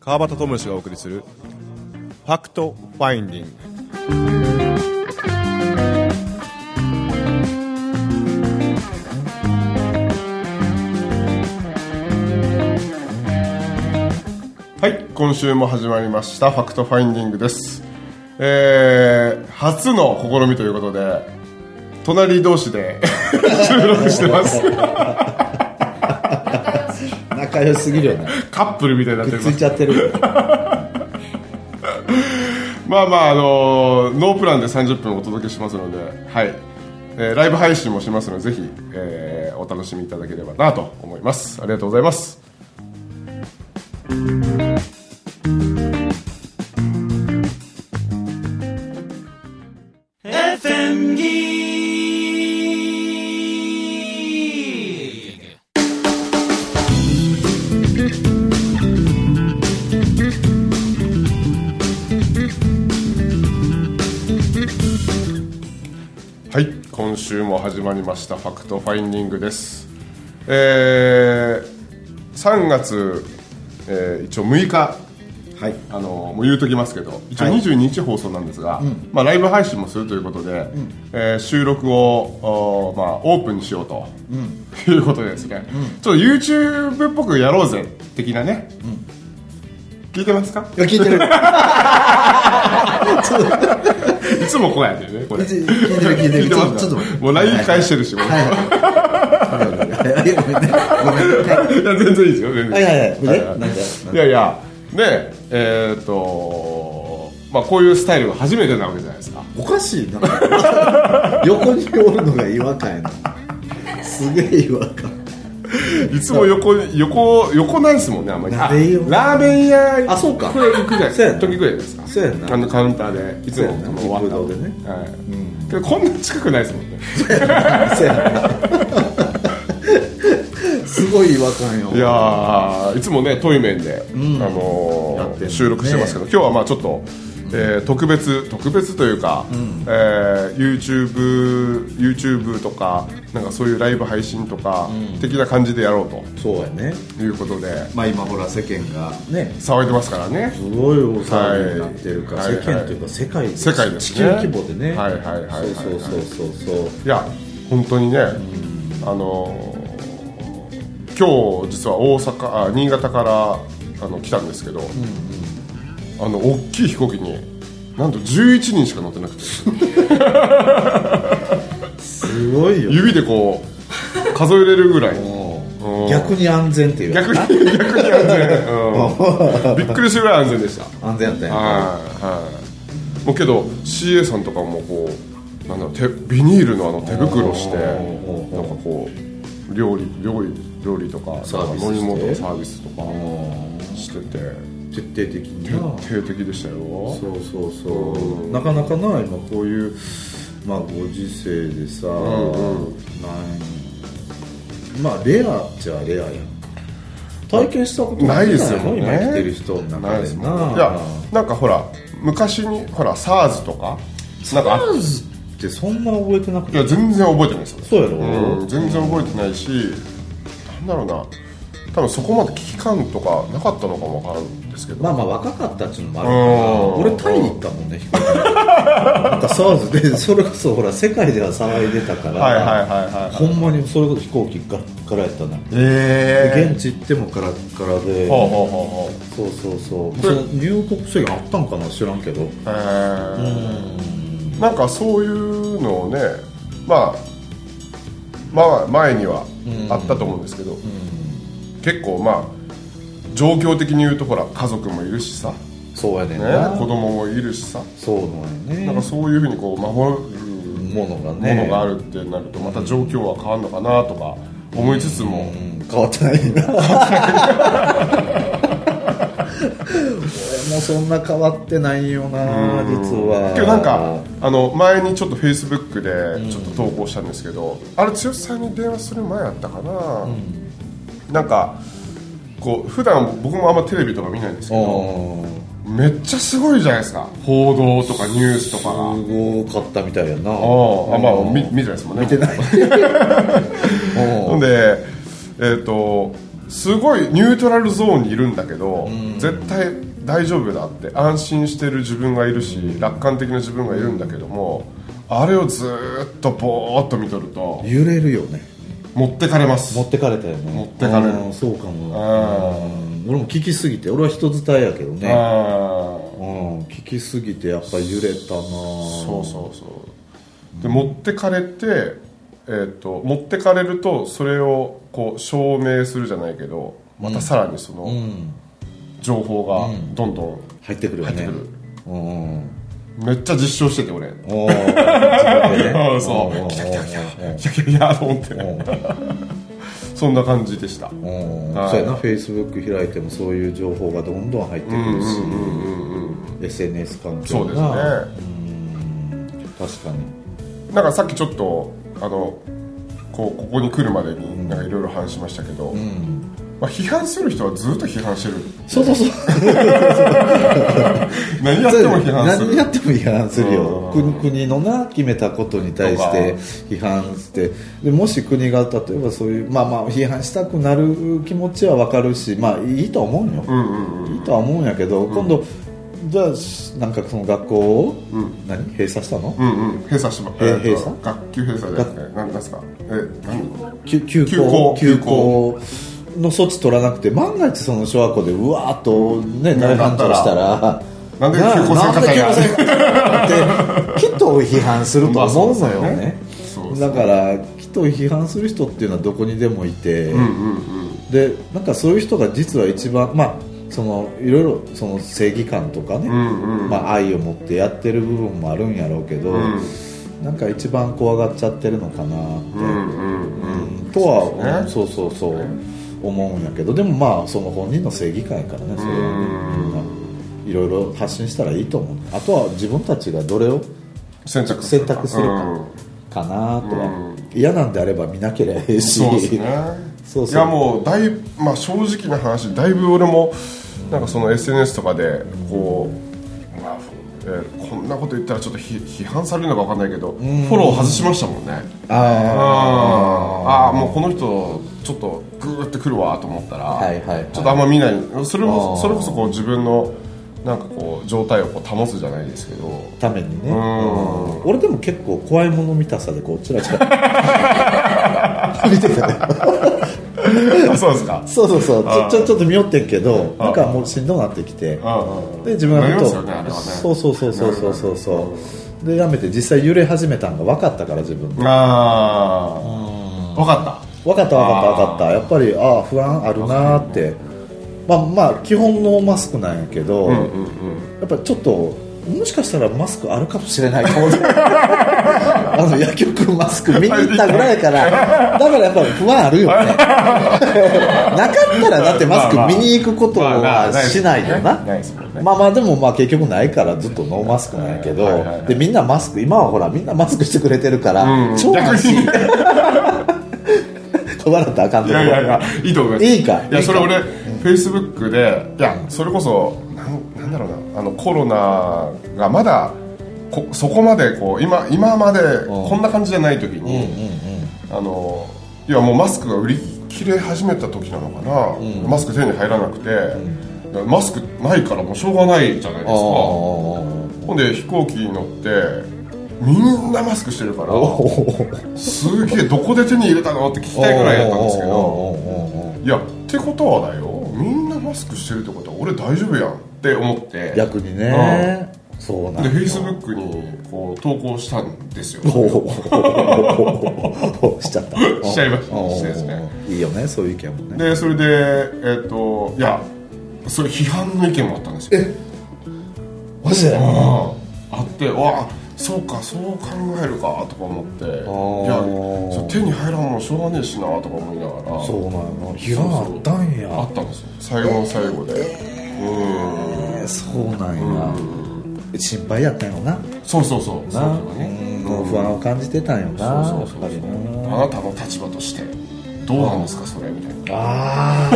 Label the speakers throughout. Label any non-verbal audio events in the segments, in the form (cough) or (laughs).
Speaker 1: 川端智史がお送りする「ファクトファインディング」
Speaker 2: はい、今週も始まりましたファクトファインディングです。えー、初の試みということで、隣同士で (laughs) 収録してます。
Speaker 3: 仲良すぎるよね
Speaker 2: カップルみたいになって
Speaker 3: く
Speaker 2: ま
Speaker 3: っつ
Speaker 2: す
Speaker 3: い。ちゃって (laughs) る
Speaker 2: まあまあ、あのーノープランで30分お届けしますので、はいえーライブ配信もしますのでぜひ、えーお楽しみいただければなと思いますありがとうございますはい今週も始まりました「ファクトファインディング」ですえー、3月、えー一応6日
Speaker 3: はい
Speaker 2: あのもう言うときますけど一応
Speaker 3: はい
Speaker 2: 22日放送なんですが、まあ、ライブ配信もするということで、えー収録を、おまあ、オープンにしようと、いうことでですね、ちょっと YouTube っぽくやろうぜ的なね、聞いてますか
Speaker 3: いや聞いてる
Speaker 2: いつもこうやってねこれ
Speaker 3: いつ聞いてる聞いてる
Speaker 2: 聞いてますか
Speaker 3: ちょっとちょっと待って
Speaker 2: もう LINE 返してるし、
Speaker 3: はいはいごめんねごめんねはい
Speaker 2: いや全然いいですよ全然
Speaker 3: はいはいはいでなんで
Speaker 2: いやいやでえーっとまあこういうスタイルが初めてなわけじゃないですか
Speaker 3: おかしいな (laughs) 横におるのが違和感やなすげえ違和感
Speaker 2: いつも横横横なんですもんねあんまり
Speaker 3: なんでよ
Speaker 2: あラーメン屋
Speaker 3: あそうか
Speaker 2: これ行くじゃない
Speaker 3: そうやな
Speaker 2: 時ぐらいですか
Speaker 3: そうやな
Speaker 2: あのカウンターでいつも
Speaker 3: そうやな
Speaker 2: あの終わった
Speaker 3: 食堂でね
Speaker 2: はいけどこんな近くないですもんね
Speaker 3: そうやなすごい違和感よ
Speaker 2: いやーいつもね遠い面で、あの
Speaker 3: やっ
Speaker 2: ー
Speaker 3: てんのね
Speaker 2: 収録してますけど今日はまあちょっと、えー特別特別というか、えー YouTube, YouTube とかなんかそういうライブ配信とか、的な感じでやろう
Speaker 3: そうやね
Speaker 2: ということで
Speaker 3: まあ今ほら世間がね
Speaker 2: 騒いでますからね
Speaker 3: すごい大騒ぎになってるから、
Speaker 2: はい
Speaker 3: 世間というか世界で
Speaker 2: 世界ですね
Speaker 3: 地球規模でね
Speaker 2: はいはいはいはいはい
Speaker 3: そうそうそうそうそう
Speaker 2: いや本当にね、あのー今日実は大阪あ新潟からあの来たんですけど、あの大きい飛行機になんと11人しか乗ってなくて (laughs)
Speaker 3: すごいよ
Speaker 2: 指でこう数えれるぐらいうん
Speaker 3: 逆に安全っていう
Speaker 2: 逆に逆に安 (laughs) 全、うんびっくりするぐらい安全でした
Speaker 3: 安全やったんや
Speaker 2: はいはいもうけど CA さんとかもこうなんだろう手ビニールのあの手袋してな
Speaker 3: おー
Speaker 2: んかこう料理料理料理とかなんか
Speaker 3: サービスして
Speaker 2: 飲み物のサービスとかしてて
Speaker 3: 徹底的にな
Speaker 2: 徹底的でしたよ
Speaker 3: そうそうそうなかなかな今こういうまあご時世でさ、なんまあレアっちゃレアやん体験したこと
Speaker 2: ないですよ
Speaker 3: もん
Speaker 2: ね
Speaker 3: 今生きてる人の
Speaker 2: ない
Speaker 3: 中
Speaker 2: で
Speaker 3: ですな
Speaker 2: もんいやなんかほら昔にほら SARS とかなんかあ
Speaker 3: ってそんな覚えてなく
Speaker 2: い
Speaker 3: て
Speaker 2: や全然覚えてないですよ
Speaker 3: そうやろ、
Speaker 2: うん、全然覚えてないし、なんだろうな多分そこまで危機感とかなかったのかもわからんですけど
Speaker 3: まあまあ若かったっちゅうのもあ
Speaker 2: うん
Speaker 3: るから俺タイに行ったもんね飛行機でなんか SARS でそれこそほら世界では騒いでたから
Speaker 2: はいはいはいはい
Speaker 3: ほんまにそれこそ飛行機からからやったな
Speaker 2: え
Speaker 3: で現地行ってもからからで
Speaker 2: ほうほうほうほう
Speaker 3: そうそうそうそれ入国制限あったんかな知らんけど
Speaker 2: へえなんかそういうのをねまあまあ前にはあったと思うんですけど、結構まあ状況的に言うとほら家族もいるしさ、ね、
Speaker 3: そうやねん
Speaker 2: 子
Speaker 3: な
Speaker 2: 供もいるしさ
Speaker 3: そうなん
Speaker 2: な
Speaker 3: や
Speaker 2: んか
Speaker 3: ね
Speaker 2: そういうふうにこう守る
Speaker 3: ものが
Speaker 2: も
Speaker 3: ね
Speaker 2: のがあるってなるとまた状況は変わるのかなとか思いつつも、
Speaker 3: うん変わってないな俺
Speaker 2: (laughs)
Speaker 3: (laughs) もそんな変わってないよな実は
Speaker 2: 今日なんかあの前にちょっとフェイスブックでちょっと投稿したんですけど、あれ剛さんに電話する前やったかな、なんかこう普段僕もあんまテレビとか見ないんですけど
Speaker 3: うん
Speaker 2: めっちゃすごいじゃないですか報道とかニュースとかが。
Speaker 3: すごかったみたいやな
Speaker 2: ああまあ
Speaker 3: う
Speaker 2: (laughs)
Speaker 3: ん
Speaker 2: 見見てないですもんね
Speaker 3: 見てない
Speaker 2: ほんでえっ、とすごいニュートラルゾーンにいるんだけど絶対大丈夫だって安心してる自分がいるし楽観的な自分がいるんだけどもあれをずーっとぼーっと見とると
Speaker 3: 揺れるよね
Speaker 2: 持ってかれます
Speaker 3: 持ってかれたよね
Speaker 2: 持ってかれる
Speaker 3: うんそうか
Speaker 2: あ
Speaker 3: もうん俺も聞きすぎて俺は人伝えやけどね
Speaker 2: あー
Speaker 3: うん聞きすぎてやっぱ揺れたな
Speaker 2: そうそうそうで持ってかれて、えー、と持ってかれるとそれをこう証明するじゃないけどまたさらにその
Speaker 3: ん
Speaker 2: 情報がどんどん、
Speaker 3: 入ってくるよね
Speaker 2: 入ってく
Speaker 3: うんうん
Speaker 2: めっちゃ実証してて俺
Speaker 3: おおそ
Speaker 2: あ (laughs) そう来た来た来た来た来た来たと思ってそんな感じでしたうんはい
Speaker 3: そうやなフェイスブック開いてもそういう情報がどんどん入ってくるし、SNS 関係が
Speaker 2: そうですね
Speaker 3: 確かに
Speaker 2: なんかさっきちょっとあのこうここに来るまでになんかいろいろ話しましたけど、まあ、批判する人はずっと批判してる
Speaker 3: そうそうそう
Speaker 2: 何やっても批判す
Speaker 3: 何
Speaker 2: る
Speaker 3: やっても批判するよ国国のな決めたことに対して批判してでもし国が例えばそういうまあまあ批判したくなる気持ちは分かるしまあいいとは思うんよ、いいとは思うんやけど今度、じゃあしなんかその学校を、何閉鎖したの、
Speaker 2: うんうん閉鎖しま
Speaker 3: え
Speaker 2: えーと
Speaker 3: 閉鎖
Speaker 2: 学級閉鎖じゃなくて何ですかえ何
Speaker 3: 休休
Speaker 2: 休校
Speaker 3: 校休校の措置取らなくて万が一その小学校でうわーっとね大反響したら
Speaker 2: なんで休校生活や
Speaker 3: なんで休校生活ってきっと批判すると思うのよ
Speaker 2: まあそうです
Speaker 3: ね
Speaker 2: ねそうですね
Speaker 3: だからきっと批判する人っていうのはどこにでもいてでなんかそういう人が実は一番まあそのいろいろその正義感とかね、まあ、愛を持ってやってる部分もあるんやろうけど、なんか一番怖がっちゃってるのかなって、うんとはうんそう,、そうそう思うんやけどでもまあその本人の正義感やからねそれはねみんないろいろ発信したらいいと思うあとは自分たちがどれを
Speaker 2: 選択
Speaker 3: 選択するか、
Speaker 2: うん
Speaker 3: かなとは、嫌なんであれば見なければいいし
Speaker 2: そうですね
Speaker 3: そうそう
Speaker 2: やもうだい、まあ、正直な話だいぶ俺もなんかその SNS とかでこう、まあえーこんなこと言ったらちょっと批批判されるのか分かんないけどフォロー外しましたもんね
Speaker 3: あ
Speaker 2: ああもうこの人ちょっとグーってくるわと思ったら、
Speaker 3: はいはいはい
Speaker 2: ちょっとあんま見ないそれもそれこそこう自分のなんかこう状態をこう保つじゃないです
Speaker 3: (laughs)
Speaker 2: けど
Speaker 3: あためにねうん俺でも結構怖いもの見たさでこうちらちら (laughs) 見てたね
Speaker 2: あそうですか
Speaker 3: そうそうそうちょちょちょっと見よってんけどなんかもうしんどくなってきて
Speaker 2: うんうん
Speaker 3: で自分が
Speaker 2: なり
Speaker 3: ふ
Speaker 2: ま
Speaker 3: と
Speaker 2: すよねあれはね
Speaker 3: そうそうそうそうそうそうそうでやめて実際揺れ始めたんが分かったから自分で
Speaker 2: ああ分かった
Speaker 3: 分かった分かった分かったやっぱりああ不安あるなーってまあまあ基本のマスクなんやけど、やっぱりちょっともしかしたらマスクあるかもしれないかもあの野球君マスク見に行ったぐらいからだからやっぱり不安あるよねなかったらだってマスク見に行くこと
Speaker 2: まあまあ
Speaker 3: はしないよな
Speaker 2: まあないですもんね
Speaker 3: まあまあでもまあ結局ないからずっとノーマスクなんやけ
Speaker 2: はいはいはいは
Speaker 3: ど
Speaker 2: い
Speaker 3: でみんなマスク今はほらみんなマスクしてくれてるから超安心飛ばなったらあかん
Speaker 2: い
Speaker 3: とこ
Speaker 2: やいやいやいいと思います
Speaker 3: いいか
Speaker 2: いやそれ
Speaker 3: いいか
Speaker 2: 俺フェイスブックでいやそれこそなんなんだろうなあのコロナがまだこそこまでこう今今までこんな感じじゃない時に、あのいやもうマスクが売り切れ始めた時なのかな、マスク手に入らなくて、マスクないからもうしょうがないじゃないですか
Speaker 3: ああ
Speaker 2: ほんで飛行機に乗ってみんなマスクしてるからすげえどこで手に入れたのって聞きたいぐらいやったんですけど
Speaker 3: おーおーおーおー
Speaker 2: いやってことはだよみんなマスクしてるってことは俺大丈夫やんって思ってで
Speaker 3: 逆にねそうな
Speaker 2: フ
Speaker 3: んだ
Speaker 2: ェイスブックにこう投稿したんですよ
Speaker 3: おーおーおーしちゃった
Speaker 2: しちゃいました
Speaker 3: おー
Speaker 2: してですね
Speaker 3: いいよねそういう意見もね
Speaker 2: でそれでえっ、といやそれ批判の意見もあったんですよ
Speaker 3: マジで
Speaker 2: ああってわあそうかそう考えるかとか思っていやそれ手に入らんもんしょうがねえしなとか思いながら
Speaker 3: そうなんやな批判あったんや
Speaker 2: あったんですよ最後の最後で、
Speaker 3: えーそうなんや心配やったんよな
Speaker 2: そうそうそうそう
Speaker 3: な
Speaker 2: そうね
Speaker 3: うん不安を感じてたんよな
Speaker 2: そうそうそうそう
Speaker 3: やっぱりな
Speaker 2: あなたの立場としてどうなんですかそれみたいな
Speaker 3: あ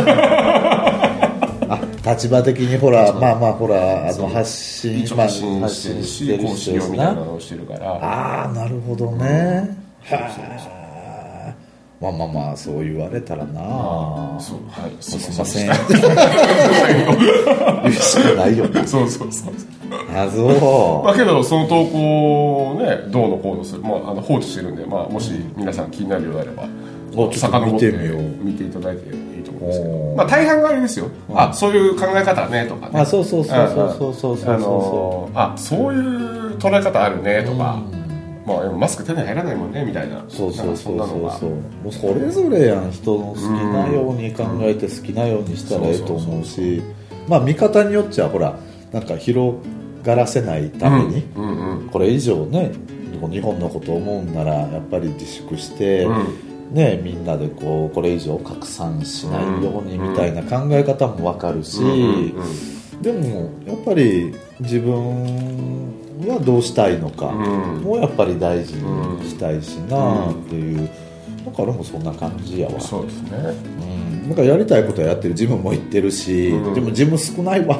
Speaker 3: ーあ立場的にほらまあまあほらあの発信
Speaker 2: 一応
Speaker 3: まあ
Speaker 2: 発信してるし
Speaker 3: 発
Speaker 2: 講
Speaker 3: 信
Speaker 2: 師
Speaker 3: てる
Speaker 2: 業み
Speaker 3: 人で
Speaker 2: たいな
Speaker 3: すな
Speaker 2: のをしてるから
Speaker 3: ああなるほどねはあまあまあまあそう言われたらなあす
Speaker 2: そうはいす
Speaker 3: い
Speaker 2: いません
Speaker 3: ません言うしかないよな
Speaker 2: そうそうそう
Speaker 3: あそ
Speaker 2: まあけどその投稿をねどうのこうのする、まあ、あの放置してるんで、まあ、もし皆さん気になるようであれば
Speaker 3: うちょっと見てみよう
Speaker 2: 見ていただいていいと思うんですけ
Speaker 3: お
Speaker 2: ど、
Speaker 3: ー
Speaker 2: まあ、大半があれですよ、あそういう考え方ねとかね
Speaker 3: あそうそうそうそうそうそうそうそう
Speaker 2: あのーあそういう捉え方あるねとか、まあ、でもマスク手に入らないもんねみたいな
Speaker 3: そうそうそう
Speaker 2: なんかんな
Speaker 3: そ
Speaker 2: の
Speaker 3: う
Speaker 2: が
Speaker 3: そうもうそれぞれやん人の好きなように考えて好きなようにしたらええと思うしまあ見方によっちゃほらなんか広がらせないために、
Speaker 2: うんうん
Speaker 3: これ以上ねこう日本のことを思うんならやっぱり自粛して、ね、みんなでこうこれ以上拡散しないようにみたいな考え方もわかるし、でもやっぱり自分はどうしたいのかもやっぱり大事にしたいしなっていう。だからもうそんな感じやわ、
Speaker 2: そうですね
Speaker 3: うん、なんかやりたいことはやってるジムも行ってるし、でもジム少ないわ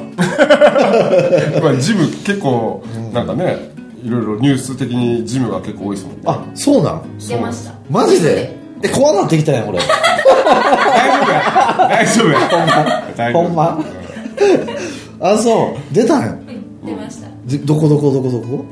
Speaker 2: まあジム結構なんかねいろいろニュース的にジムが結構多いですもんね
Speaker 3: あそうなん
Speaker 4: 出ました
Speaker 3: マジでえ怖なってきたやん俺
Speaker 2: 大丈夫や大丈夫や大丈夫
Speaker 3: ほんま (laughs) あそう出たんや
Speaker 4: うん出ました
Speaker 3: じどこどこどこどこ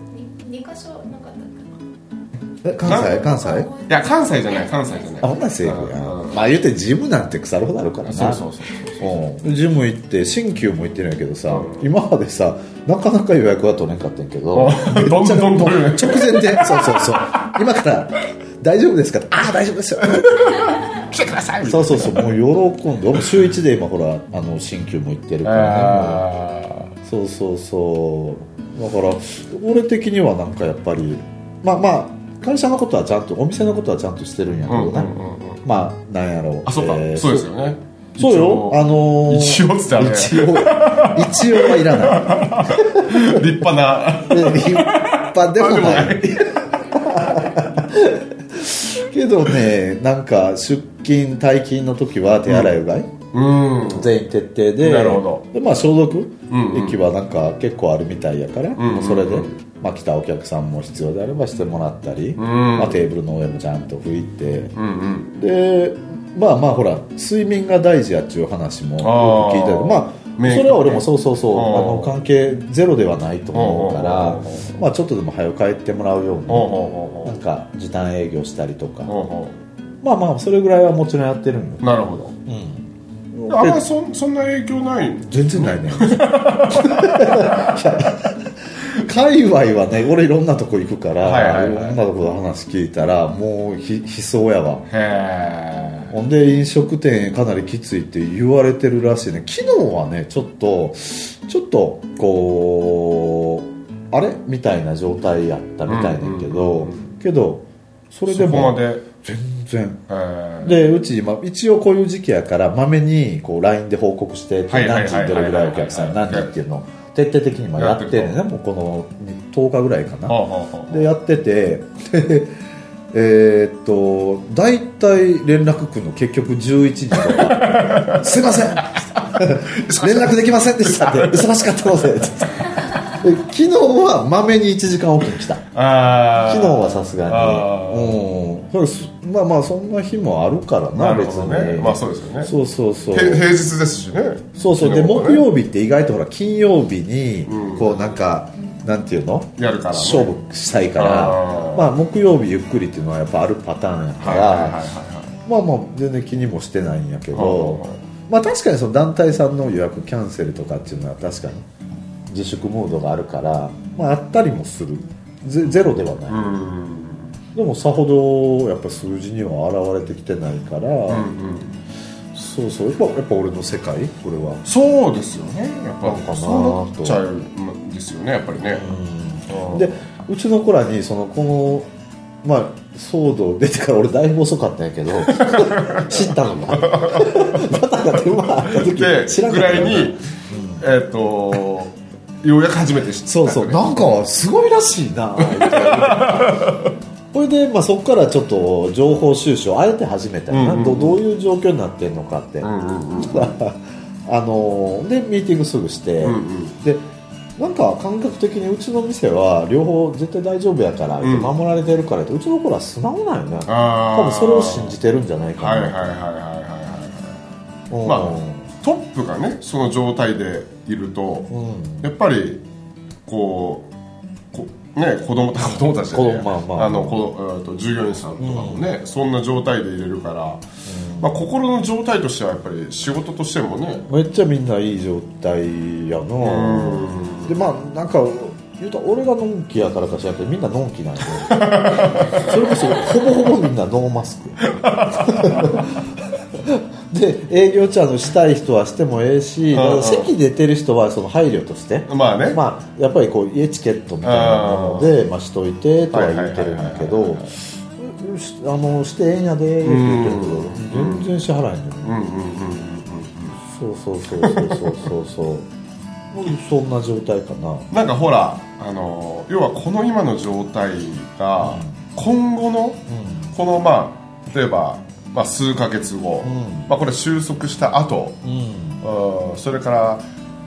Speaker 4: に二箇所なかったか
Speaker 3: え
Speaker 2: な
Speaker 3: 関西関西あ
Speaker 2: いや関西じゃない関西じゃない
Speaker 3: ほんならセーフや
Speaker 2: うん
Speaker 3: まあ言うてジムなんて腐るほどあるからな
Speaker 2: そうそうそうそう
Speaker 3: うんジム行って新旧も行ってるんやけどさ、今までさなかなか予約は取れんかったんやけど
Speaker 2: あ
Speaker 3: めっち
Speaker 2: (laughs)
Speaker 3: ゃ
Speaker 2: どんどん取れる
Speaker 3: もう直前でそうそうそう今から大丈夫ですかああ大丈
Speaker 2: (laughs)
Speaker 3: 夫ですよ
Speaker 2: 来てください
Speaker 3: そうそうそうもう喜んで俺も週1で今ほらあの新旧も行ってるからねもう
Speaker 2: あ
Speaker 3: そうそうそうだから俺的にはなんかやっぱりまあまあ会社のことはちゃんとお店のことはちゃんとしてるんやけどね、まあなんやろう
Speaker 2: ーあそうか
Speaker 3: えー
Speaker 2: そうですよね
Speaker 3: そそうよあのー
Speaker 2: 一応っつったらね
Speaker 3: 一応一応はい
Speaker 2: (laughs)
Speaker 3: らな
Speaker 2: 立派な
Speaker 3: いで立派でもない (laughs) けどねなんか出勤退勤の時は手洗いうがい、
Speaker 2: うん
Speaker 3: 全員徹底で
Speaker 2: なるほど
Speaker 3: で、まあ、消毒
Speaker 2: んうん
Speaker 3: 液はなんか結構あるみたいやから、
Speaker 2: んうんうん
Speaker 3: それで、まあ、来たお客さんも必要であればしてもらったり、まあ、テーブルの上もちゃんと拭いて、
Speaker 2: うんうん
Speaker 3: でまあまあほら睡眠が大事やっちゅう話もよく聞いたけど
Speaker 2: あー
Speaker 3: まあ
Speaker 2: 免疫
Speaker 3: それは俺もそうそうそう、
Speaker 2: うん
Speaker 3: あの関係ゼロではないと思うから、
Speaker 2: うんうんうん
Speaker 3: まあ、ちょっとでも早く帰ってもらうように、
Speaker 2: ほうほう
Speaker 3: なんか時短営業したりとか、
Speaker 2: ほうほうほ
Speaker 3: まあまあそれぐらいはもちろんやってるんよ
Speaker 2: う、なるほど
Speaker 3: うん
Speaker 2: あんまそそんな影響ない
Speaker 3: 全然ないねいや界隈はね俺いろんなとこ行くから、
Speaker 2: はいいはいはい
Speaker 3: ろんなとこで話聞いたらもうひ悲壮やわ
Speaker 2: へ
Speaker 3: ほんで飲食店かなりきついって言われてるらしいね昨日はねちょっとちょっとこうあれみたいな状態やったみたいなんやけど、けどそ
Speaker 2: え
Speaker 3: れで
Speaker 2: そこま
Speaker 3: も
Speaker 2: で
Speaker 3: 全然
Speaker 2: へー
Speaker 3: でうち今一応こういう時期やからまめにこう LINE で報告して
Speaker 2: はいはいはい
Speaker 3: 何
Speaker 2: はい
Speaker 3: 人どれぐらいお客さん何人っていうのを徹底的に今やってるね
Speaker 2: や
Speaker 3: もうこの10日ぐらいか
Speaker 2: は
Speaker 3: な
Speaker 2: あはあはあ
Speaker 3: でやっててでえーっと大体連絡くんの結局11時とか「すいません (laughs) 連絡できませんでした」って「 (laughs) 忙しかったので」ってで昨日はまめに1時間おきに来た
Speaker 2: あー
Speaker 3: 昨日はさすがに
Speaker 2: あー
Speaker 3: うんそうですまあまあそんな日もあるからな
Speaker 2: なる
Speaker 3: 別
Speaker 2: ほど
Speaker 3: に、
Speaker 2: ねまあそうですよね
Speaker 3: そうそうそう
Speaker 2: へ平日ですしね
Speaker 3: そうそうで
Speaker 2: 昨日はね
Speaker 3: 木曜日って意外とほら金曜日にこうなんか、なんていうの
Speaker 2: やるからね
Speaker 3: 勝負したいから
Speaker 2: あー
Speaker 3: まあ木曜日ゆっくりっていうのはやっぱあるパターンやか
Speaker 2: はい
Speaker 3: ら、
Speaker 2: はいはいはい
Speaker 3: まあまあ全然気にもしてないんやけ
Speaker 2: はい
Speaker 3: ど
Speaker 2: はいはい
Speaker 3: まあ確かにその団体さんの予約キャンセルとかっていうのは確かに自粛ムードがあるからまああったりもするゼゼロではない、
Speaker 2: うん
Speaker 3: でもさほどやっぱ数字には現れてきてないから、そうそうやっぱやっぱ俺の世界これは
Speaker 2: そうですよねやっぱ
Speaker 3: なんかな
Speaker 2: そうな
Speaker 3: と
Speaker 2: っちゃうんですよねやっぱりねうん
Speaker 3: でうちの子らにそのこのまあ騒動出てから俺だいぶ遅かったんや (laughs) けど知ったのがバタが手間あった時
Speaker 2: で
Speaker 3: 知らん
Speaker 2: ぐ
Speaker 3: かった
Speaker 2: らいにえっとようやく初めて知った
Speaker 3: そうそうなんかすごいらしいなこれで、まあ、そこからちょっと情報収集をあえて始めたよな、どどういう状況になってんのかって、あのーでミーティングすぐして、でなんか感覚的にうちの店は両方絶対大丈夫やから
Speaker 2: うん
Speaker 3: 守られてるからってうちの頃は素直なんよね
Speaker 2: あー
Speaker 3: 多分それを信じてるんじゃないか
Speaker 2: はいはい
Speaker 3: な
Speaker 2: はいはいはいはい
Speaker 3: うん
Speaker 2: まあトップがねその状態でいると
Speaker 3: うん
Speaker 2: やっぱりこうこね子供た子供たちで、ね
Speaker 3: (laughs) 子供まあまあ
Speaker 2: あのこのえーと従業員さんとかもね、そんな状態で入れるから、まあ、心の状態としてはやっぱり仕事としてもね
Speaker 3: めっちゃみんないい状態やなでまあなんか言うと俺がのんきやからかしらんけどみんなのんき
Speaker 2: (laughs)
Speaker 3: なんでそれこそほぼほぼみんなノーマスク (laughs) で営業ちゃんのしたい人はしてもええし
Speaker 2: うんうん
Speaker 3: 席出てる人はその配慮として
Speaker 2: まあね、
Speaker 3: まあ、やっぱりこうエチケットみたいなもので、まあ、しといてとは言ってるん
Speaker 2: は
Speaker 3: だけ
Speaker 2: いはい
Speaker 3: ど
Speaker 2: はいはいはい
Speaker 3: うんしあのしてええんやでーって言ってるけど全然支払えんのよ、
Speaker 2: うんうんうんうん
Speaker 3: そうそうそうそうそうそう (laughs) そうそんな状態かな
Speaker 2: なんかほらあの要はこの今の状態が今後のこのまあ例えば、まあ、数ヶ月後、
Speaker 3: ん
Speaker 2: まあ、これ収束した後
Speaker 3: うんうん
Speaker 2: うんそれから、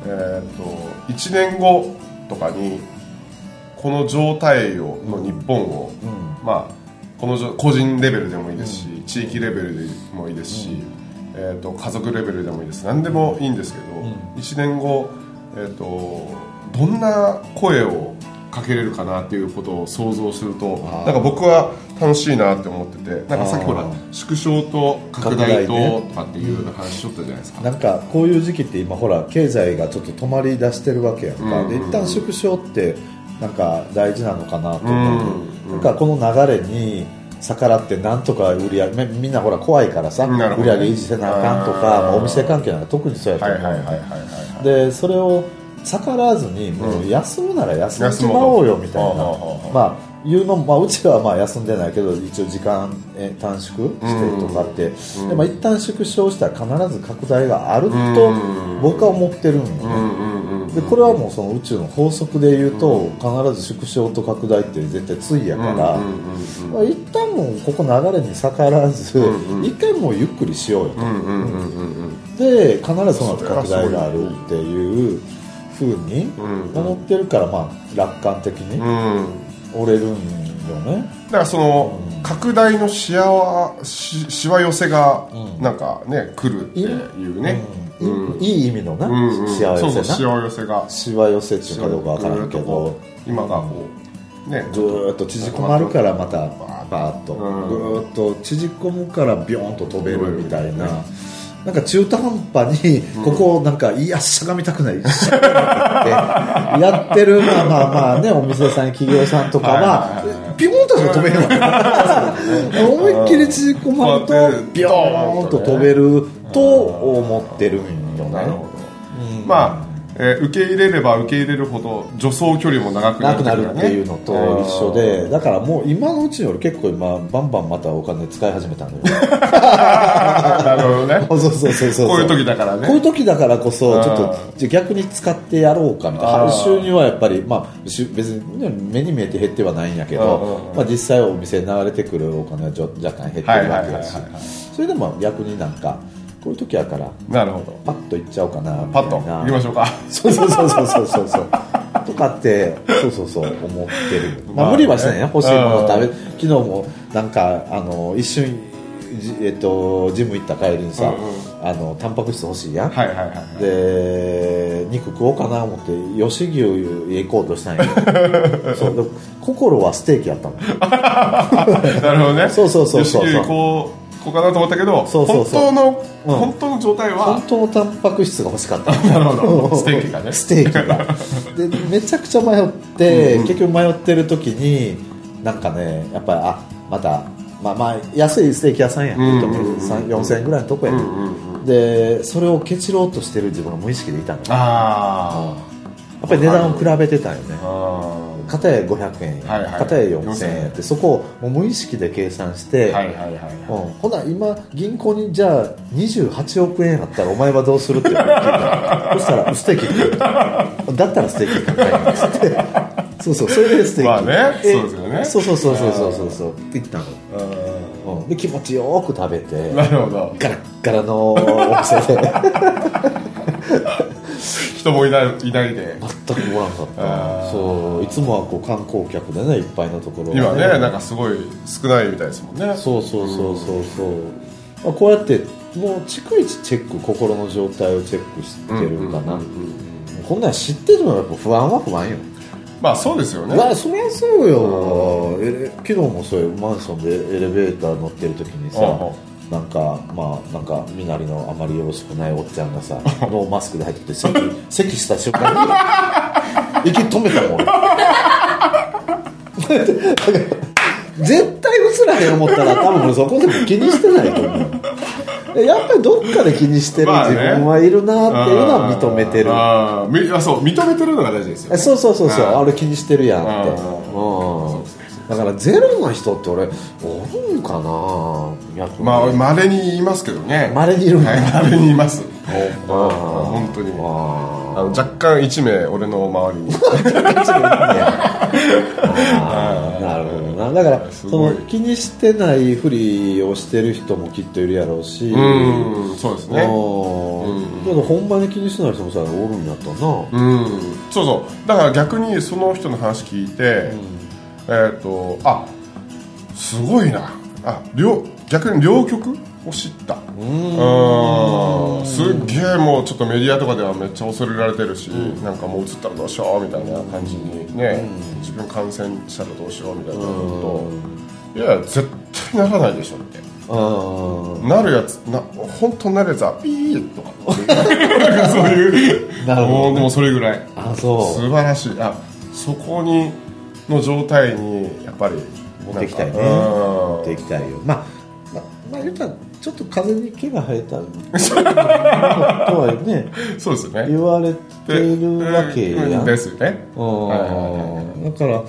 Speaker 2: えー、と1年後とかにこの状態をの日本を、
Speaker 3: うん
Speaker 2: まあ、このじょ個人レベルでもいいですし、地域レベルでもいいですし、えー、と家族レベルでもいいです何でもいいんですけど、1年後、えー、とどんな声をかけれるかなっていうことを想像すると
Speaker 3: あー
Speaker 2: なんか僕は楽しいなって思っててなんかさっきほら
Speaker 3: あー
Speaker 2: 縮小と拡大
Speaker 3: 拡大
Speaker 2: と
Speaker 3: ね
Speaker 2: とかっていう話しとったじゃないですか。
Speaker 3: なんかこういう時期って今ほら経済がちょっと止まり出してるわけやんか、
Speaker 2: うん
Speaker 3: で一旦縮小ってなんか大事なのかなと思うけ
Speaker 2: うん
Speaker 3: ど、なんかこの流れに逆らってなんとか売り上げみみんなほら怖いからさ、
Speaker 2: なるほ
Speaker 3: 売
Speaker 2: ど
Speaker 3: り
Speaker 2: ね
Speaker 3: 上げ維持せなあかんとか
Speaker 2: あー
Speaker 3: まあお店関係なんか特にそうやと
Speaker 2: はい
Speaker 3: 思う、
Speaker 2: はいはいはいはいはい
Speaker 3: でそれを逆らわずにもう休むなら休んじまおうよみたいな、
Speaker 2: 休もうと
Speaker 3: まあ言うのも、まあ、うちはまあ休んでないけど一応時間え短縮してとかって、でまあ、一旦縮小したら必ず拡大があると
Speaker 2: うん
Speaker 3: 僕は思ってるんよね、
Speaker 2: うんうんうん
Speaker 3: でこれはもうその宇宙の法則で言うと、必ず縮小と拡大って絶対ついやから、
Speaker 2: うんうん
Speaker 3: まあ、一旦もうここ流れに逆らわず、
Speaker 2: うん
Speaker 3: 一回もうゆっくりしようよと、
Speaker 2: うんうんうんうんうんうん
Speaker 3: で必ずその後拡大があるっていうふうに
Speaker 2: うん
Speaker 3: 思ってるから、まあ、楽観的に
Speaker 2: うん
Speaker 3: 折れるんよね、
Speaker 2: だからその拡大のしわししわ寄せがなんかね来るっていうね
Speaker 3: うん
Speaker 2: うん
Speaker 3: いいいい意味のな、
Speaker 2: うんうん
Speaker 3: 幸
Speaker 2: そうそう
Speaker 3: せな
Speaker 2: しわ寄せが
Speaker 3: しわ寄せっていうかどうかわからんけど
Speaker 2: 今がこうね
Speaker 3: ずーっと縮こまるからまたバーッと、
Speaker 2: うん
Speaker 3: ぐーっと縮こむからビョーンと飛べるみたいな、なんか中途半端にここをなんか、いやしゃがみたくない (laughs) しゃがみたくないってやってるまあまあまあねお店さん企業さんとかは
Speaker 2: はいはいはい
Speaker 3: ビョーンとしか飛べへんわ思いっきり縮こまるとビョーンと飛べると思ってるんよ
Speaker 2: なる
Speaker 3: ね
Speaker 2: ほどまあえー受け入れれば受け入れるほど助走距離も長くなっ
Speaker 3: な
Speaker 2: て
Speaker 3: く
Speaker 2: く
Speaker 3: な
Speaker 2: る
Speaker 3: る
Speaker 2: か
Speaker 3: っ
Speaker 2: らね
Speaker 3: ていうのと一緒でだからもう今のうちより結構今バンバンまたお金使い始めたんだよ
Speaker 2: あーなるほどね
Speaker 3: そうそうそうそうそう
Speaker 2: こういう時だからね
Speaker 3: こういう時だからこそ
Speaker 2: ん
Speaker 3: ちょっとじゃあ逆に使ってやろうかみたい
Speaker 2: あ
Speaker 3: な
Speaker 2: ー
Speaker 3: 収入はやっぱり、まあ、し別に、ね、目に見えて減ってはないんやけ
Speaker 2: うんうん
Speaker 3: ど
Speaker 2: う、ん
Speaker 3: まあ、実際お店に流れてくるお金はちょ若干減ってる
Speaker 2: はいは
Speaker 3: わ
Speaker 2: い
Speaker 3: け
Speaker 2: はい
Speaker 3: だし
Speaker 2: は
Speaker 3: それでも逆になんかこういう時やから
Speaker 2: いなるほど
Speaker 3: パッといっちゃおうかなみ
Speaker 2: パ
Speaker 3: たい
Speaker 2: ッと
Speaker 3: な
Speaker 2: 行きましょうか (laughs)
Speaker 3: そうそうそうそうそうそうそう。とかって、そうそうそう、思ってる。ま
Speaker 2: まあ
Speaker 3: あ、無理はしないね。欲しいものを食べ
Speaker 2: う、
Speaker 3: 昨日も、なんか、あの、一瞬、じえっと、ジム行った帰りにさ、
Speaker 2: うん
Speaker 3: あの、タンパク質欲しいやん。
Speaker 2: はいはいはいはい
Speaker 3: で、肉食おうかな思って、吉牛へ行こうとしたんや。 (laughs) そう、でも心はステーキやったの。
Speaker 2: なるほどね。
Speaker 3: そうそうそうそう
Speaker 2: よしこう、こうかなと思ったけど、
Speaker 3: そうそうそう
Speaker 2: 本当の、
Speaker 3: うん
Speaker 2: 本当の状態
Speaker 3: 本
Speaker 2: は、
Speaker 3: 当のタンパク質が欲しかった。
Speaker 2: なるほ
Speaker 3: (laughs)
Speaker 2: ど。ステーキがね。
Speaker 3: ステー
Speaker 2: (laughs)
Speaker 3: キがでめちゃくちゃ迷って、結局迷ってる時になんかねやっぱりあまたまあまあ安いステーキ屋さんや、
Speaker 2: うんうんうん
Speaker 3: 三4000円ぐらいのとこや、
Speaker 2: うんうんうん。
Speaker 3: でそれをケチろうとしてる自分が無意識でいたのやっ
Speaker 2: あ
Speaker 3: ぱり値段を比べてたよね
Speaker 2: ーあー。
Speaker 3: 片や500円や、
Speaker 2: はいはい
Speaker 3: 片や4000円やってそこをもう無意識で計算して、
Speaker 2: はいはいはいはい。
Speaker 3: うん、ほな今銀行にじゃあ28億円あったらお前はどうするって言ってそしたらステーキ食うだったらステーキ食いたいっつってそうそうそれでステーキ、
Speaker 2: まあね
Speaker 3: え
Speaker 2: そうですよね
Speaker 3: そうそうそうそうそうそうそう行った
Speaker 2: う
Speaker 3: の、うん、で気持ちよく食べて
Speaker 2: んなるほど。 (laughs)
Speaker 3: ガラッガラのお店で
Speaker 2: 一人もいないいないで
Speaker 3: 全くおらんかったそういつもはこう観光客でねいっぱいのところ
Speaker 2: 今ねなん
Speaker 3: か
Speaker 2: かすごい少ないみたいですもんね
Speaker 3: そうそうそうそうそう、まあ、こうやってもう逐一チェック心の状態をチェックしてるんだな、こんなん知っててもやっぱ不安は不安よ、
Speaker 2: まあそうですよね
Speaker 3: まあそりゃそうよ、えれ昨日もそういうマンションでエレベーター乗ってる時にさ、
Speaker 2: うんうん
Speaker 3: なんかまあなんか身なりのあまりよろしくないおっちゃんがさ (laughs) ノーマスクで入ってきて (laughs) 咳咳した瞬間に (laughs) 息止めたもん俺絶対映らへん思ったら多分俺そこでも気にしてないと思うやっぱりどっかで気にしてる
Speaker 2: まあ
Speaker 3: 自
Speaker 2: ね
Speaker 3: 分はいるなっていうのは認めてる、
Speaker 2: あーみあそう認めてるのが大事ですよ
Speaker 3: えそうそうそうそう
Speaker 2: あー
Speaker 3: あれ気にしてるやんって
Speaker 2: あー
Speaker 3: うんだからゼロの人って俺おるんかないや
Speaker 2: まあ稀に言いますけどね
Speaker 3: まれにいるん
Speaker 2: はい
Speaker 3: だ
Speaker 2: 稀にいます
Speaker 3: あー
Speaker 2: 本当にあ
Speaker 3: あ
Speaker 2: の若干1名俺の周りに
Speaker 3: あーなるほどなだから
Speaker 2: す
Speaker 3: そ
Speaker 2: ごい
Speaker 3: の気にしてないふりをしてる人もきっといるやろうし
Speaker 2: うんそうです
Speaker 3: あー
Speaker 2: ね
Speaker 3: けどほんまに気にしてない人もさおるんやったな
Speaker 2: うんそうそうだから逆にその人の話聞いて、えっ、とあすごいなあ両逆に両極を知ったうんすっげえもうちょっとメディアとかではめっちゃ恐れられてるし、なんかもう映ったらどうしようみたいな感じにね、自分感染したらどうしようみたいなことといや絶対ならないでしょって
Speaker 3: あ
Speaker 2: なるやつな本当になるやつはピーとかなんかそういう
Speaker 3: なるほど
Speaker 2: もうでもそれぐらい
Speaker 3: ーあそ
Speaker 2: 素晴らしいあそこにの状態にやっぱり
Speaker 3: 持ってきたいね
Speaker 2: なん
Speaker 3: う
Speaker 2: かうん
Speaker 3: できたいよまあままあ言うたらちょっと風に毛が生え
Speaker 2: (laughs)
Speaker 3: たとはね
Speaker 2: そうですよね
Speaker 3: 言われてるわけや
Speaker 2: うんんですよね
Speaker 3: うんだから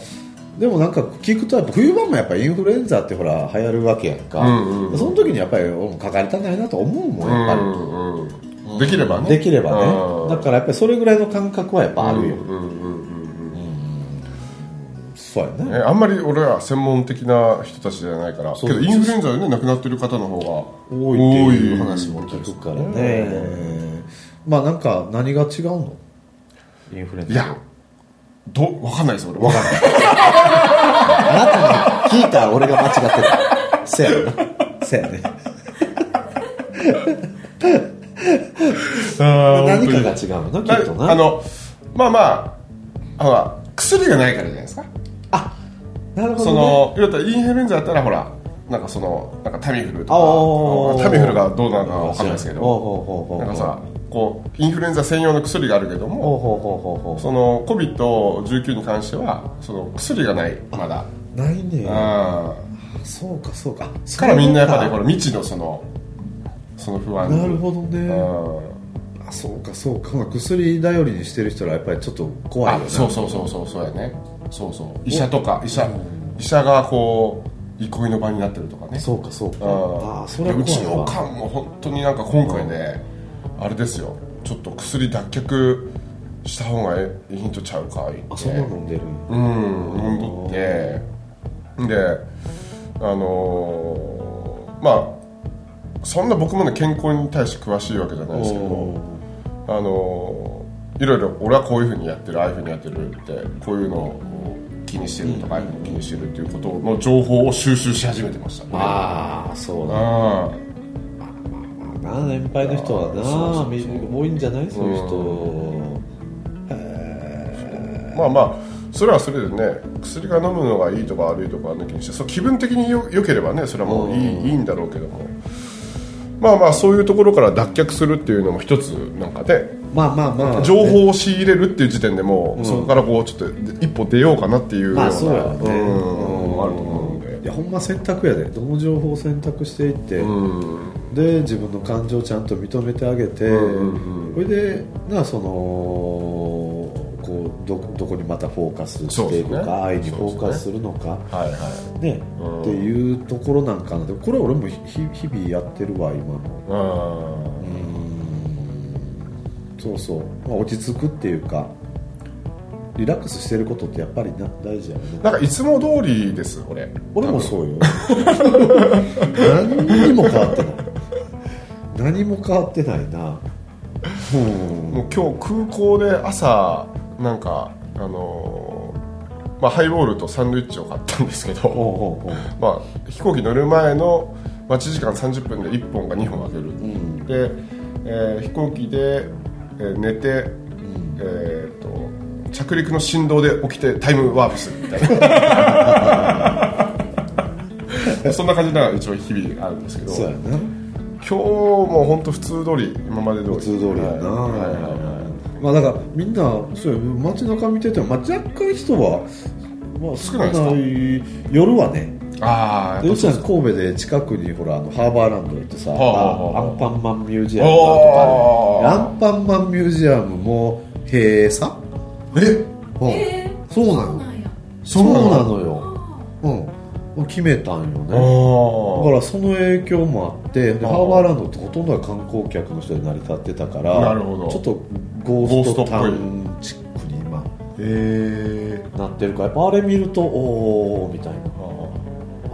Speaker 3: でもなんか聞くとやっぱ冬場もやっぱインフルエンザってほら流行るわけやんか、
Speaker 2: うんうん
Speaker 3: その時にやっぱりうんかかりたないなと思うもんやっぱり、
Speaker 2: うんうんできればね
Speaker 3: できれば
Speaker 2: うん
Speaker 3: ねだからやっぱりそれぐらいの感覚はやっぱあるよ、
Speaker 2: うんうんうんうん
Speaker 3: そうやね
Speaker 2: ねあんまり俺ら専門的な人たちじゃないからけ
Speaker 3: そう
Speaker 2: どインフルエンザでね亡くなってる方の方が
Speaker 3: 多いっていう話も
Speaker 2: 多い
Speaker 3: 聞くからねまあなんか何が違うのインフルエン
Speaker 2: い
Speaker 3: ザ
Speaker 2: やどわかんないです俺わかんない
Speaker 3: あなたに聞いた俺が間違ってたせやろなせやね何かが違うのきっとな
Speaker 2: あのまあまあほら薬がないからじゃないですか
Speaker 3: なるほど、ね、
Speaker 2: そのいわゆるインフルエンザだったらほらなんかそのなんかタミフルと
Speaker 3: あー
Speaker 2: かタミフルがどうなのかわかんないですけ
Speaker 3: ほう
Speaker 2: ど
Speaker 3: ほうほうほ
Speaker 2: な
Speaker 3: う
Speaker 2: んかさこうインフルエンザ専用の薬があるけど
Speaker 3: ほう
Speaker 2: も
Speaker 3: ほうほうほうほ
Speaker 2: その COVID-19 に関してはその薬がないまだ
Speaker 3: うないねや
Speaker 2: あ
Speaker 3: そうかそうか
Speaker 2: ーからみんなやっぱりこれ未知のそのその不安
Speaker 3: なるほどね
Speaker 2: うん
Speaker 3: あそうかそうかまあ薬頼りにしてる人らやっぱりちょっと怖いよ
Speaker 2: あ
Speaker 3: ね
Speaker 2: そうそうそうそうそうやねそうそう医者とか医者医者がこう憩いの場になってるとかね
Speaker 3: そうかそうかあ
Speaker 2: あ
Speaker 3: あそ
Speaker 2: そ
Speaker 3: れは
Speaker 2: う
Speaker 3: 怖
Speaker 2: ち
Speaker 3: い
Speaker 2: のお
Speaker 3: わ
Speaker 2: かんも本当になんか今回ね、あれですよちょっと薬脱却した方がいいんとちゃうか言
Speaker 3: あ
Speaker 2: っ
Speaker 3: そ
Speaker 2: て
Speaker 3: んな飲んでる
Speaker 2: うん飲んどってであのーまあそんな僕もね健康に対して詳しいわけじゃないですけどあのーいろいろ俺はこういうふうにやってるああいうふうにやってるってこういうのを気にしてるとかああいうふうに気にしてるっていうことの情報を収集し始めてました、
Speaker 3: ああそうだ
Speaker 2: ああ
Speaker 3: な年配の人はな
Speaker 2: そうそうそう
Speaker 3: み多いんじゃないそういう人
Speaker 2: まあまあそれはそれでね薬が飲むのがいいとか悪いとか抜きにしてそう気分的によ良ければねそれはもういい,、ん、いいんだろうけどもまあまあそういうところから脱却するっていうのも一つなんかで、
Speaker 3: まあまあまあ
Speaker 2: 情報を仕入れるっていう時点でもう、そこからこうちょっと一歩出ようかなっていうような、
Speaker 3: まあそうやね
Speaker 2: うんあると思うん
Speaker 3: い
Speaker 2: で
Speaker 3: やほんま選択やでどの情報を選択していって、で自分の感情をちゃんと認めてあげて、それでなそのこうどどこにまたフォーカスしていく
Speaker 2: そうで
Speaker 3: か、
Speaker 2: すね
Speaker 3: 愛にフォーカスするのか
Speaker 2: はいは
Speaker 3: ねっていうところなんかなでこれは俺もひ日々やってるわ今の
Speaker 2: いうん
Speaker 3: そうそう、まあ、落ち着くっていうかリラックスしてることってやっぱりな大事やね
Speaker 2: なんかいつも通りです俺
Speaker 3: 俺もそうよ何にも変わってない何も変わってないな
Speaker 2: もう今日空港で朝なんかあのーまあ、ハイボールとサンドイッチを買ったんですけど、
Speaker 3: ほうほうほ
Speaker 2: まあ、飛行機乗る前の待ち時間30分で1本か2本あげる、で、えー飛行機で、えー寝て、えーと着陸の振動で起きてタイムワープするみたいな (laughs) そんな感じな一応日々あるんですけど
Speaker 3: うそうやな
Speaker 2: 今日も本当普通通り今まで通り
Speaker 3: 普通通りやな、
Speaker 2: はいはいはいはい
Speaker 3: まあだからみんなそうや街中見てても、まあ、若干人は、まあ、
Speaker 2: 少ないですか
Speaker 3: 夜はね
Speaker 2: ああ
Speaker 3: でうちは神戸で近くにほらあのハーバーランド行ってさ、
Speaker 2: はあはあ
Speaker 3: あ
Speaker 2: はあ
Speaker 3: アンパンマンミュージアムだとか
Speaker 2: あ
Speaker 3: あ
Speaker 2: ー
Speaker 3: るアンパンマンミュージアムも閉鎖
Speaker 2: え
Speaker 3: うん
Speaker 4: えー
Speaker 3: そうなの
Speaker 4: そうなんや
Speaker 3: そうなの
Speaker 4: あ
Speaker 3: よ、
Speaker 4: ー
Speaker 3: うん、決めたんよ
Speaker 2: あ
Speaker 3: ねだか
Speaker 2: ー
Speaker 3: らその影響もあってで
Speaker 2: あ
Speaker 3: ハ
Speaker 2: ー
Speaker 3: ーバーランドってほとんどが観光客の人で成り立ってたから
Speaker 2: なるほど
Speaker 3: ちょっとゴーストタウ
Speaker 2: ゴ
Speaker 3: ンチックに今
Speaker 2: えー
Speaker 3: なってるからやっぱあれ見るとおーおーみたいな
Speaker 2: あ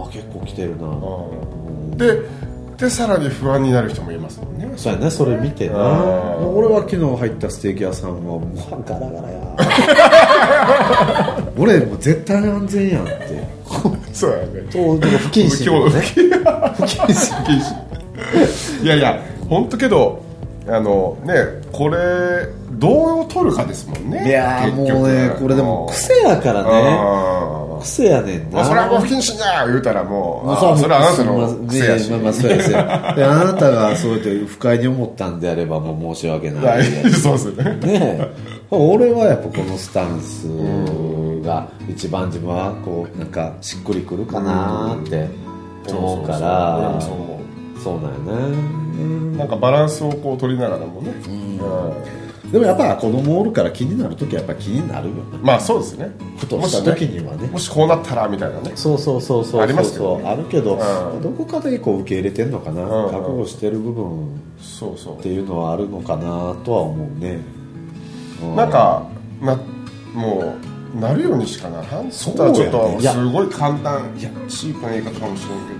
Speaker 2: ー
Speaker 3: あ結構来てるな
Speaker 2: あー
Speaker 3: うん
Speaker 2: ででさらに不安になる人もいますもんね
Speaker 3: そうやねそれ見てな
Speaker 2: あー
Speaker 3: 俺は昨日入ったステーキ屋さんはもうガラガラ (laughs) や俺もう絶対安全やんって
Speaker 2: そうやね
Speaker 3: とでも
Speaker 2: (laughs)
Speaker 3: 不謹慎だね不謹慎
Speaker 2: 禁止いやいや本当けどあのねこれどう取るかですもんね
Speaker 3: いやー
Speaker 2: 結
Speaker 3: も
Speaker 2: 局
Speaker 3: うねこれでも癖やからね
Speaker 2: あー
Speaker 3: 癖やねん
Speaker 2: ま
Speaker 3: な
Speaker 2: あそれはもう不謹慎じゃ言うたらもう
Speaker 3: まあ
Speaker 2: あーそれはあなた
Speaker 3: すい
Speaker 2: の
Speaker 3: ません
Speaker 2: 癖やし
Speaker 3: まあまあそうやそうやであなたがそうやって不快に思ったんであればもう申し訳な
Speaker 2: はいい (laughs) そうですね
Speaker 3: ねえ俺はやっぱこのスタンスが一番自分はこうなんかしっくりくるかなって思うから
Speaker 2: そうそうそう俺もそう思
Speaker 3: そうなんよね
Speaker 2: うなんかバランスをこう取りながらもねうん
Speaker 3: でもやっぱ子供おるから気になる時はやっぱ気になるよね
Speaker 2: まあそうですね
Speaker 3: ふとした時にはね
Speaker 2: もしねもしこうなったらみたいなね
Speaker 3: そうそうそうそう
Speaker 2: ありますけ
Speaker 3: そ
Speaker 2: ど
Speaker 3: う
Speaker 2: ね
Speaker 3: そうあるけど、
Speaker 2: うん
Speaker 3: どこかでこう受け入れてんのかな、
Speaker 2: うんうん
Speaker 3: 覚悟してる部分
Speaker 2: そうそう
Speaker 3: っていうのはあるのかなとは思うね、う
Speaker 2: なんかなもうなるようにしかならんそったらちょっ
Speaker 3: そうやね
Speaker 2: と
Speaker 3: いや
Speaker 2: すごい簡単いやチープな言い方かもしれんけ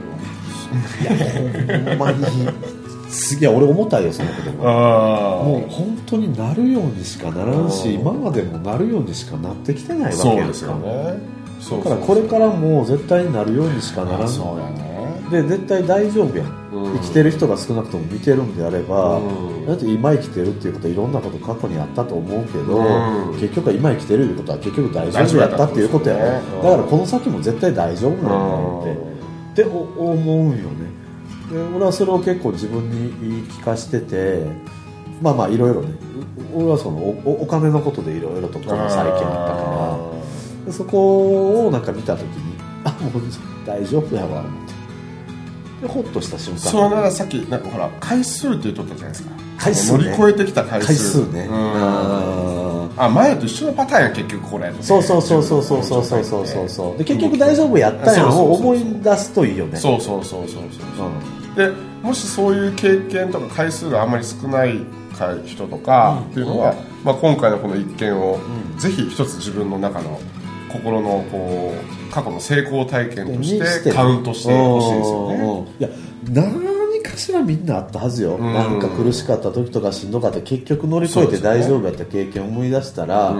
Speaker 3: ほんまにすげえ俺重たいよそのこと
Speaker 2: どああ
Speaker 3: もう本当になるようにしかならんし
Speaker 2: うん
Speaker 3: 今までもなるようにしかなってきてないわけ
Speaker 2: そう
Speaker 3: やん
Speaker 2: で
Speaker 3: か
Speaker 2: すよねそう
Speaker 3: だからこれからもう絶対になるようにしかならん
Speaker 2: そうやね
Speaker 3: で絶対大丈夫やん、
Speaker 2: うん
Speaker 3: 生きてる人が少なくとも見てるんであれば、
Speaker 2: うん
Speaker 3: だって今生きてるっていうことはいろんなこと過去にあったと思うけど、
Speaker 2: うん
Speaker 3: 結局は今生きてるいうことは結局大丈夫やったっていうことやね
Speaker 2: 大丈夫やったってことですね
Speaker 3: だからこの先も絶対大丈夫なんだよって、ってお思うんよねで俺はそれを結構自分に言い聞かしててまあまあいろいろねう俺はそのおおお金のことでいろいろとこの最近あったからでそこをなんか見た時にあもう大丈夫やわ思ってでホッとした瞬間
Speaker 2: そうならさっきなんかほら回数って言っとったじゃないですか
Speaker 3: 回数ね
Speaker 2: 乗り越えてきた回数
Speaker 3: 回数ね
Speaker 2: うん
Speaker 3: あー
Speaker 2: あ前と一緒のパターンや結局これ
Speaker 3: そうそうそうそうそうそうそうそうそうそうで結局大丈夫やったやんを思い出すといいよね
Speaker 2: そうそうそうそうそう、
Speaker 3: うん
Speaker 2: でもしそういう経験とか回数があんまり少ないか人とかっていうのは、まあ、今回のこの一件を、ぜひ一つ自分の中の心のこう過去の成功体験としてカウントしてほしいですよね。
Speaker 3: うんうんいや何かしらみんなあったはずよ、
Speaker 2: ん
Speaker 3: なんか苦しかった時とかしんどかった結局乗り越えて大丈夫やった経験を思い出したら、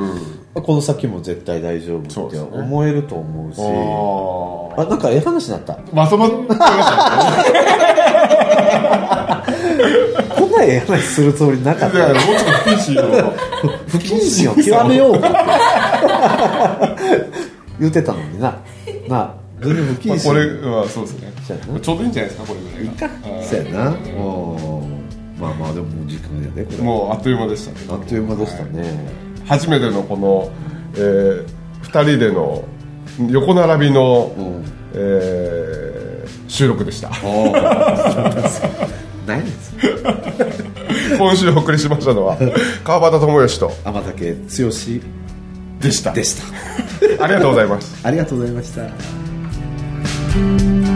Speaker 3: この先も絶対大丈夫
Speaker 2: そう
Speaker 3: っ
Speaker 2: で
Speaker 3: て
Speaker 2: すね
Speaker 3: 思えると思うし、
Speaker 2: あ
Speaker 3: あなんかええ話になった
Speaker 2: ーまとまってました
Speaker 3: (laughs)
Speaker 2: ね。
Speaker 3: こんなええ話するつもりなかっ
Speaker 2: いや
Speaker 3: た
Speaker 2: もうちょっとピーシーの
Speaker 3: 不謹慎を極めようかって言ってたのにななあ全然不
Speaker 2: ま
Speaker 3: 謹
Speaker 2: あ
Speaker 3: 慎、
Speaker 2: これはそうですね
Speaker 3: そうやな。
Speaker 2: ちょうどいいんじゃないですかこれぐらいが。
Speaker 3: そうやなうんまあまあでももう時間やでこれ
Speaker 2: もうあっという間でしたね。
Speaker 3: あっという間でしたね、
Speaker 2: 初めてのこの、えー、2人での横並びの、
Speaker 3: ん
Speaker 2: えー収録でした
Speaker 3: ないんです
Speaker 2: 今週お送りしましたのは川端智義と
Speaker 3: 天竹剛
Speaker 2: でした
Speaker 3: でした
Speaker 2: ありがとうございます
Speaker 3: ありがとうございました